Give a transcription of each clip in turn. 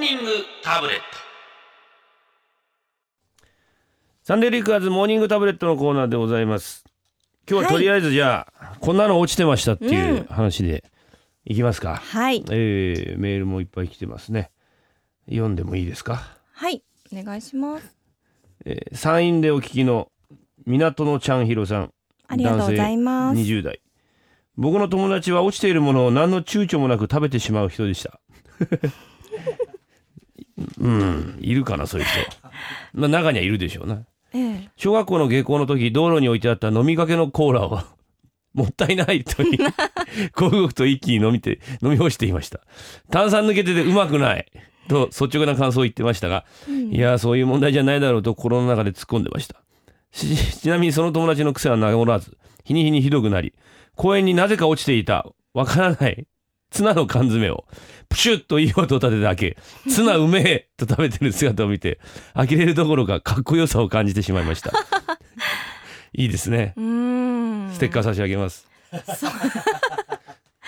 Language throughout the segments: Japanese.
ニングタブレットサンデーリクアーズモーニングタブレットのコーナーでございます今日はとりあえずじゃあ、こんなの落ちてましたっていう話でいきますか、はいえー、メールもいっぱい来てますね読んでもいいですか、はいお願いしますえー、山陰でお聞きの港のちゃんひろさんありがとうございます20代僕の友達は落ちているものを何の躊躇もなく食べてしまう人でした うんいるかなそういう人まあ中にはいるでしょうなええ小学校の下校の時道路に置いてあった飲みかけのコーラをもったいないと言いごくごくと一気に飲みて飲み干していました炭酸抜けててうまくないと率直な感想を言ってましたが、いやーそういう問題じゃないだろうと心の中で突っ込んでましたしちなみにその友達の癖は治らず日に日にひどくなり公園になぜか落ちていたわからないツナの缶詰をプシュッといい音を立てて開けツナうめえと食べてる姿を見て呆れるどころかかっこよさを感じてしまいましたいいですねうーんステッカー差し上げます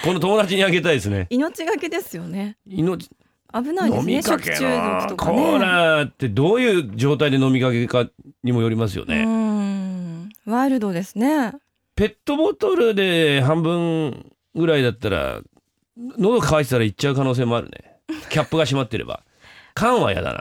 この友達にあげたいですね命がけですよね命危ないで飲すねみか食け中の毒とかねコーラってどういう状態で飲みかけかにもよりますようね、ーんワイルドですねペットボトルで半分ぐらいだったら喉乾いてたらいっちゃう可能性もあるねキャップが閉まってれば缶はやだ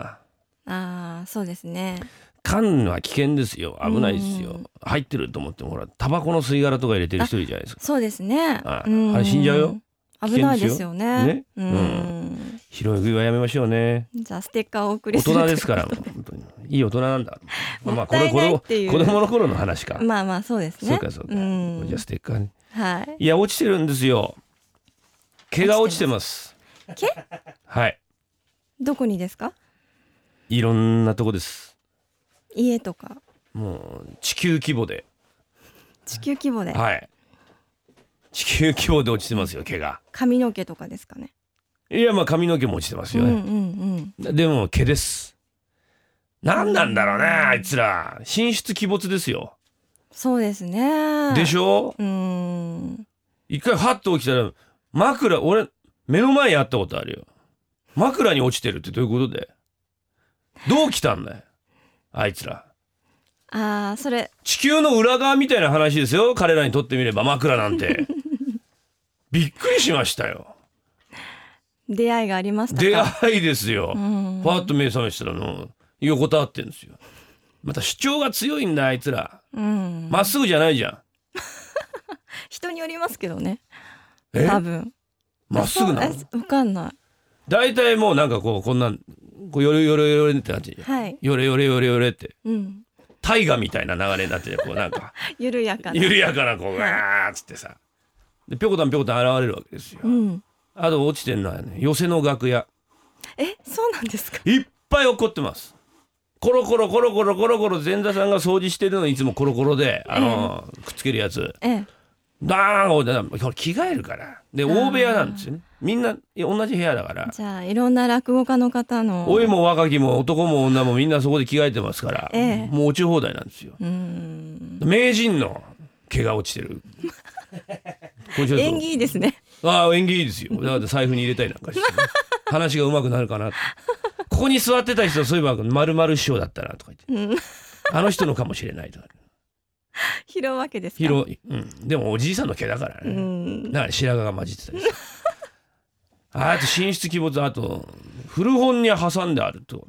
なああそうですね缶は危険ですよ危ないですよ、うん入ってると思ってもほらタバコの吸い殻とか入れてる人いるじゃないですかそうですねあうんあれ死んじゃうよ危ないですよね危険ですよねう拾い食いはやめましょうねんじゃあステッカーをお送り大する人です からもう本当にいい大人なんだまあまあもったいないっていう子供子供の頃の話か、まあまあそうですねそうかそうか、んじゃあステッカーねはいいや落ちてるんですよ毛が落ちてます毛はいどこにですかいろんなとこです家とかもう地球規模で地球規模ではい地球規模で落ちてますよ毛が髪の毛とかですかねいやまあ髪の毛も落ちてますうんようね、んでも毛です何なんだろうねあいつら神出鬼没ですよそうですねでしょょうーん一回ハッと起きたら枕俺目の前にあったことあるよ枕に落ちてるってどういうことでどう来たんだよあいつらああそれ地球の裏側みたいな話ですよ彼らにとってみれば枕なんてびっくりしましたよ出会いがありましたか出会いですよ、うんパッと目覚めしたらの横たわってんですよまた主張が強いんだあいつらうんまっすぐじゃないじゃん人によりますけどねえ多分まっすぐなのそうえわかんない大体もうなんかこうこんなんこうよれよれよれってなってんじゃんはいよれよれよれよれってうん大河みたいな流れになってんじゃんこうなんか緩やかな緩やかなこうわーっつってさでぴょこたんぴょこたん現れるわけですよ、うんあと落ちてんのはね寄せの楽屋えそうなんですかいっぱい怒ってますコロコロコロコロコロコロ前座さんが掃除してるのにいつもコロコロであのー、くっつけるやつええだーんこれこれ着替えるからで大部屋なんですよねみんないや同じ部屋だからじゃあいろんな落語家の方の老いも若きも男も女もみんなそこで着替えてますから、ええもう落ち放題なんですようん名人の毛が落ちて るこれちょっと演技いいですねああ演技いいですよだから財布に入れたりなんかして 話が上手くなるかなってここに座ってた人そういえば丸々師匠だったなとか言って、あの人のかもしれないとか拾うわけですか広い、うん、でもおじいさんの毛だからうね、んだから白髪が混じってたりしてああと寝室鬼没あと古本に挟んであると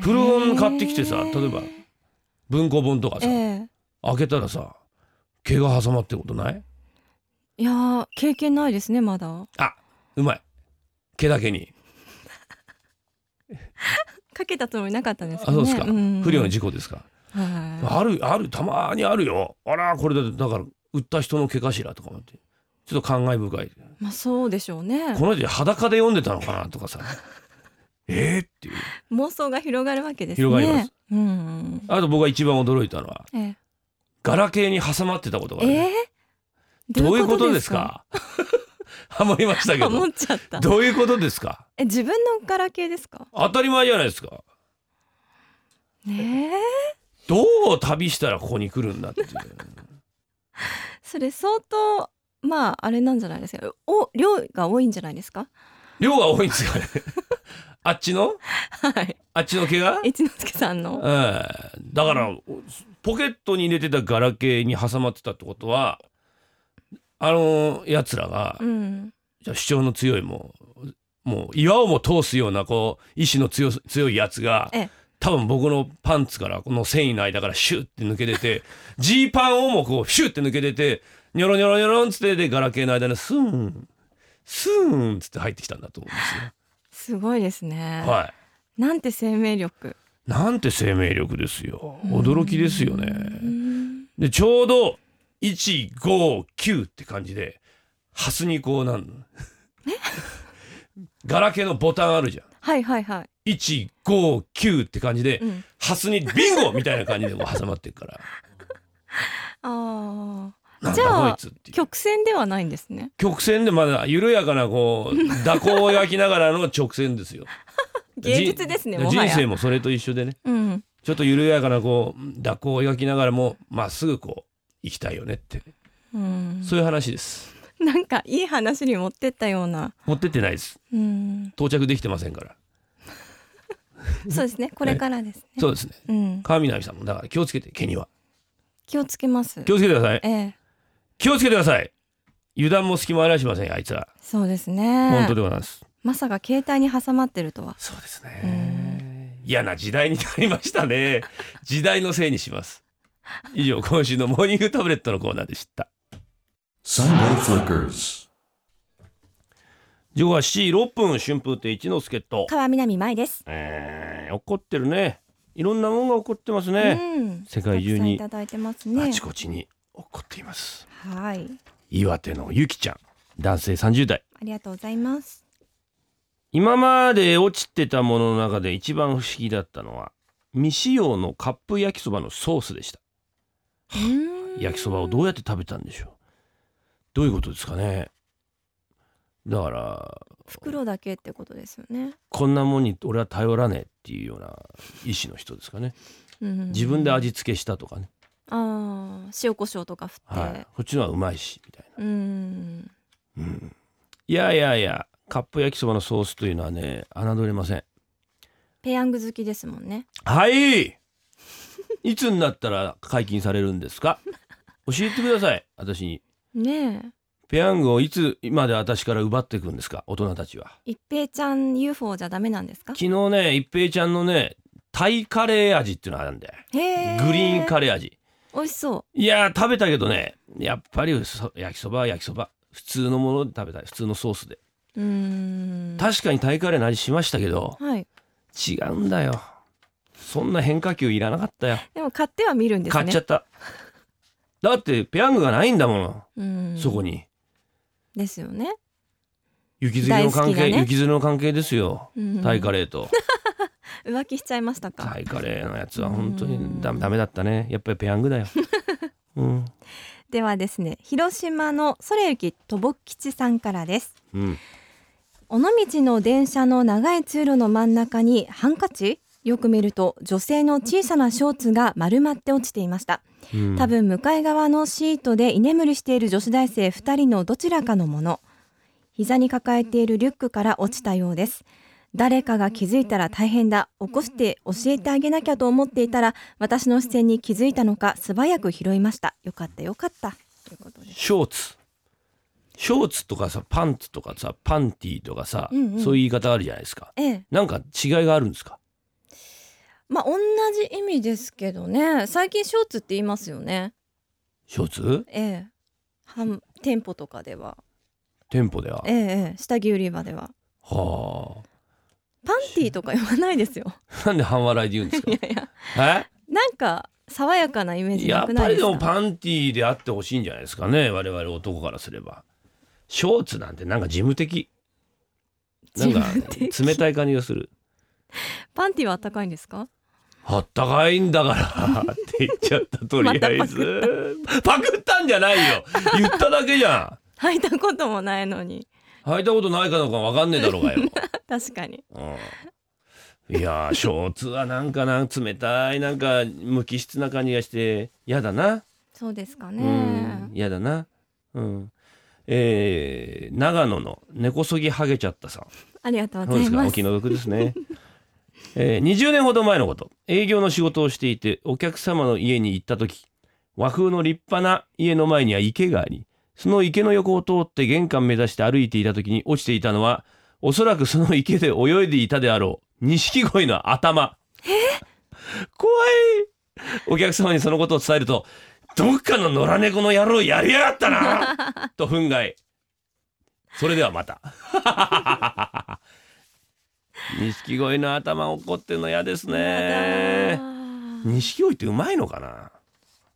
古本買ってきてさ例えば文庫本とかさ、ええ開けたらさ毛が挟まってることないいやー経験ないですねまだあうまい毛だけにかけたつもりなかったんですけあどそうねですか、ん不良の事故ですかはあるあるたまにあるよあらこれだだから売った人の毛かしらとか思ってちょっと感慨深いいまあそうでしょうねこの人裸で読んでたのかなとかさえーっていう妄想が広がるわけですね広がりますうんあと僕が一番驚いたのはええガラケーに挟まってたことがある、えーどういうことですかハモりましたけ思っどちゃったどういうことですかえ自分のガラケーですか当たり前じゃないですかねえどう旅したらここに来るんだっていうそれ相当まああれなんじゃないですかお量が多いんじゃないですか量が多いんですかねあっちのはいあっちの毛が一之輔さんのええだからポケットに入れてたガラケーに挟まってたってことはあのやつらがうんじゃあ主張の強いもうもう岩をも通すようなこう意志の強す強いやつがええ多分僕のパンツからこの繊維の間からシュッて抜け出て ジーパンをもこうシュッて抜け出てニョロニョロニョロンっつってでガラケーの間にスーンスーンっつって入ってきたんだと思うんですごいですね、すよ。はいなんて生命力なんて生命力ですよ驚きですようね。んでちょうど159って感じでハスにこうなんの ガラケーのボタンあるじゃん。はいはいはい、 159って感じで、うん、ハスにビンゴみたいな感じでこう挟まってるから あなんじゃだあこいつってーいう曲線ではないんですね曲線でまだ緩やかなこう蛇行を描きながらの直線ですよ芸術ですねじもはや人生もそれと一緒でねうんちょっと緩やかなこう蛇行を描きながらもまっすぐこう行きたいよねってうんそういう話です なんかいい話に持ってったような持ってってないですうん到着できてませんからそ うですねこれからですねそうですねうん川南さんもだから気をつけて毛には気をつけます気をつけてくださいええ気をつけてください油断も隙もありゃしませんよあいつはそうですね本当でございますまさか携帯に挟まってるとはそうですね。嫌な時代になりました ね。時代のせいにします。以上、今週のモーニングタブレットのコーナーでした。 Sunday Flickers. 時刻は7時6分、春風亭一之輔と。川南舞です、えー、怒ってるね。いろんなもんが怒ってますね。うん世界中にたくさんいただいてますあねちこちに怒っています。はい岩手のゆきちゃん、男性30代。ありがとうございます今まで落ちてたものの中で一番不思議だったのは、未使用のカップ焼きそばのソースでした。うん焼きそばをどうやって食べたんでしょうどういうことですかねだから袋だけってことですよね、こんなもんに俺は頼らねえっていうような意思の人ですかねうん、自分で味付けしたとかね、ああ塩コショウとか振って、はい、こっちのはうまいしみたいうんな、うん、いやいやいやカップ焼きそばのソースというのはね侮れませんペヤング好きですもんねはいいつになったら解禁されるんですか教えてください私にねえペヤングをいつまで私から奪っていくんですか大人たちは一平ちゃん UFO じゃダメなんですか昨日ね一平ちゃんのねタイカレー味っていうのがあるんだよへえグリーンカレー味美味しそいやー食べたけどねやっぱりそ焼きそばは焼きそば普通のもので食べたい普通のソースでううん確かにタイカレーの味しましたけどはい違うんだよそんな変化球いらなかったよ、でも買っては見るんですね買っちゃっただってペヤングがないんだもうんんそこにですよね雪釣りの関大好係、きなね雪釣りの関係ですようんタイカレーと浮気しちゃいましたかタイカレーのやつは本当にダメダメだったねやっぱりペヤン グだようんではですね広島のそれゆきとぼっ吉さんからですうん尾道の電車の長い通路の真ん中にハンカチよく見ると女性の小さなショーツが丸まって落ちていましたうん多分向かい側のシートで居眠りしている女子大生2人のどちらかのもの膝に抱えているリュックから落ちたようです誰かが気づいたら大変だ起こして教えてあげなきゃと思っていたら私の視線に気づいたのか素早く拾いましたよかったよかったということですショーツショーツとかさパンツとかさパンティとかさ、うんうんそういう言い方あるじゃないですかええなんか違いがあるんですかまあ同じ意味ですけどね最近ショーツって言いますよねショーツええ半店舗とかでは店舗ではええええ下着売り場でははパンティーとか言わないですよあ なんで半笑いで言うんですかいやいやえなんか爽やかなイメージやなっくぱないりでですかもパンティであってほしいんじゃないですかね我々男からすればショーツなんてなんか事務的なんか事務的冷たい感じがするパンティーは暖かいんですか あったかいんだ からって言っちゃったとりあえずパクったんじゃないよ言っただけじゃん履いたこともないのに 履いたことないかどうかわかんねえだろうがよ。確かにうん、いやーショーツはなんかな冷たいなんか無機質な感じがして嫌だな。そうですかうねん嫌だな。うん。えー長野の根こそぎハゲちゃったさんあありがとうそごうざでいすかまおす。気の毒ですね、えー20年ほど前のこと営業の仕事をしていてお客様の家に行った時和風の立派な家の前には池がありその池の横を通って玄関目指して歩いていた時に落ちていたのはおそらくその池で泳いでいたであろう錦鯉の頭怖いお客様にそのことを伝えるとどっかの野良猫の野郎やりやがった なと憤慨それではま た錦鯉の頭怒ってんの嫌ですね錦鯉ってうまいのかな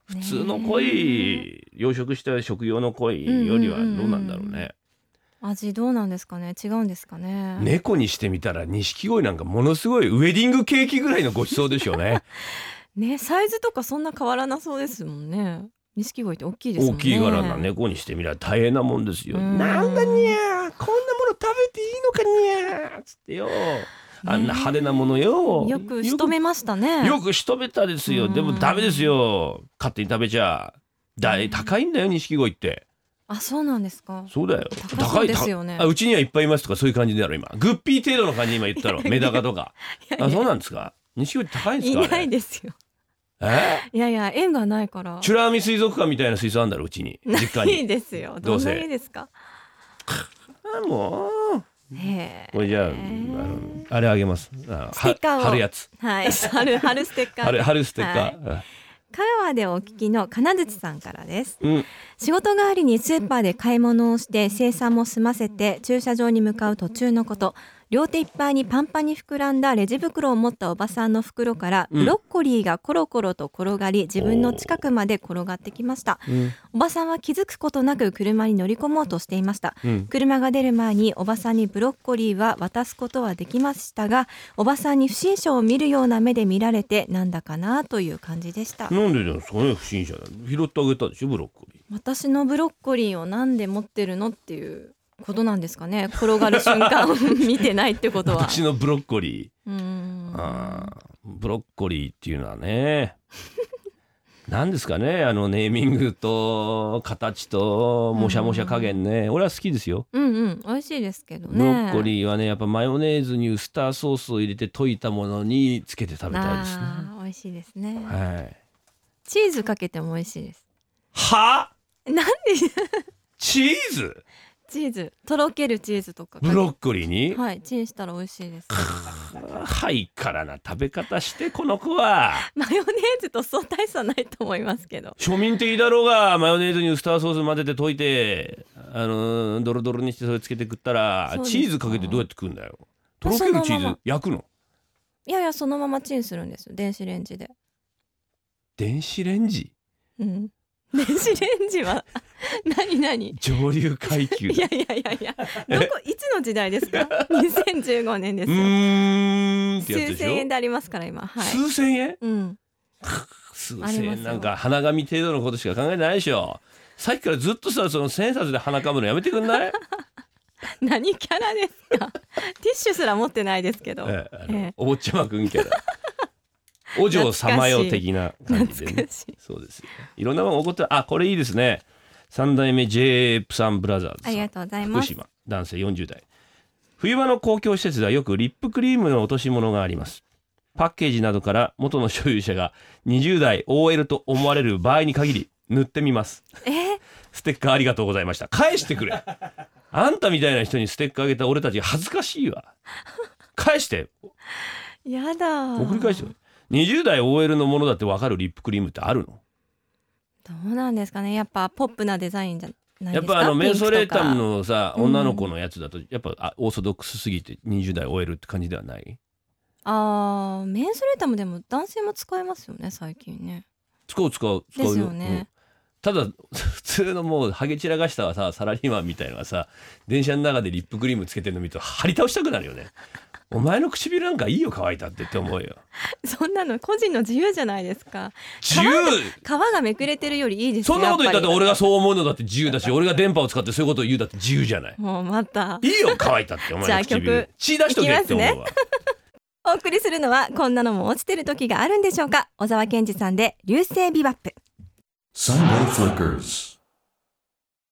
普普通の鯉養殖した食用の鯉よりはどうなんだろううんうんうんうんね味どうなんですかね違うんですかね猫にしてみたら錦鯉なんかものすごいウェディングケーキぐらいのご馳走でしょうねねサイズとかそんな変わらなそうですもんね錦鯉って大きいですもん大ねきい柄な猫にしてみたら大変なもんですようんなんだにゃーこんなもの食べていいのかにゃーつってよあんな派手なものよよく仕留めましよたねくよく仕留めたですようんでもダメですよ勝手に食べちゃだい高いんだよ錦鯉ってあそうなんですかそうだよ高そうです高よねあうちにはいっぱいいますとかそういう感じだろ今グッピー程度の感じで今言った ろメダカとかあそうなんですか錦鯉って高いんですいかあれないですよえいやいや縁がないからチュラミ水族館みたいな水槽あんだろうちに実家いいにですよどどうんせなにですかあもうへえこれじゃああのあれあげますあステッカーをは貼るやつはい春春ステッカー貼る貼るステッカはいー、香川でお聞きの金槌さんからですうん仕事代わりにスーパーで買い物をして生産も済ませて駐車場に向かう途中のこと両手いっぱいにパンパンに膨らんだレジ袋を持ったおばさんの袋からうんブロッコリーがコロコロと転がり自分の近くまで転がってきましたうんおばさんは気づくことなく車に乗り込もうとしていましたうん車が出る前におばさんにブロッコリーは渡すことはできましたがおばさんに不審者を見るような目で見られてなんだかなという感じでしたなんでなんですかね不審者だ拾ってあげたでしょブロッコリ私のブロッコリーをなんで持ってるのっていうことなんですかね転がる瞬間を 見てないってこーとは私のブロッコリーうーんあーブロッコリーっていうのはねなんですか ねあのネーミングと形ともしゃもしゃ加減ね俺は好きですようんうん美味しいですけどねブロッコリーはねやっぱマヨネーズにウスターソースを入れて溶いたものにつけて食べたいですねあー美味しいですね、はいチーズかけても美味しいですはなんでチーズチーズとろけるチーズとかかけブロッコリーにはいチンしたら美味しいですハイからな食べ方してこの子はマヨネーズとそう大差ないと思いますけど庶民的だろうがマヨネーズにウスターソース混ぜて溶いてあのドロドロにしてそれつけて食ったらそうですチかーズかけてどうやって食うんだよとろけるチそーのまズま焼くのいやいやそのままチンするんですよ電子レンジで電子レンジうん 電子レンジは 何何上流階級いやいやいやいや、どこいつの時代ですか？2015年でうすよ。ーんってやつ数でし千円ょでありますから今、はい。数千円うん。数あ千りま円すなんよか花紙程度のことしか考えてないでしょさっきからずっとさその千円札で花かむのやめてくんない何キャラですか？ティッシュすら持ってないですけど、ええあのええお坊ちゃまくんキャラお嬢様よ的な感じで懐ねかしい。そうですよいろんなもの起こってあこれいいですね三代目 j プサンブラザーズあさんりがとうございま福す。島男性40代冬場の公共施設ではよくリップクリームの落とし物がありますパッケージなどから元の所有者が20代 OL と思われる場合に限り塗ってみますえ、ステッカーありがとうございました返してくれあんたみたいな人にステッカーあげた俺たち恥ずかしいわ返してやだ。送り返してくれ20代 OL のものだってわかるリップクリームってあるのどうなんですかね。やっぱポップなデザインじゃないやですっか。ぱあのメンソレータムピンクとか。のさうん女の子のやつだとやっぱあオーソドックスすぎて20代 OL って感じではないああ、メンソレータムでも男性も使えますよね最近ね。使う使う使うですよねうんただ普通のもうハゲ散らかしたさサラリーマンみたいのはさ電車の中でリップクリームつけてるの見ると張り倒したくなるよねお前の唇なんかいいよ乾いたってって思うよ そんなの個人の自由じゃないですか。自由 皮がめくれてるよりいいですよ。そんなこと言ったってやぱり俺がそう思うのだって自由だし俺が電波を使ってそういうことを言うだって自由じゃないもうまた。いいよ乾いたってお前のじゃあ唇曲血出しとけって思うわ、お送りするのはこんなのも落ちてる時があるんでしょうか小沢健二さんで流星ビバップ Sunday Flickers.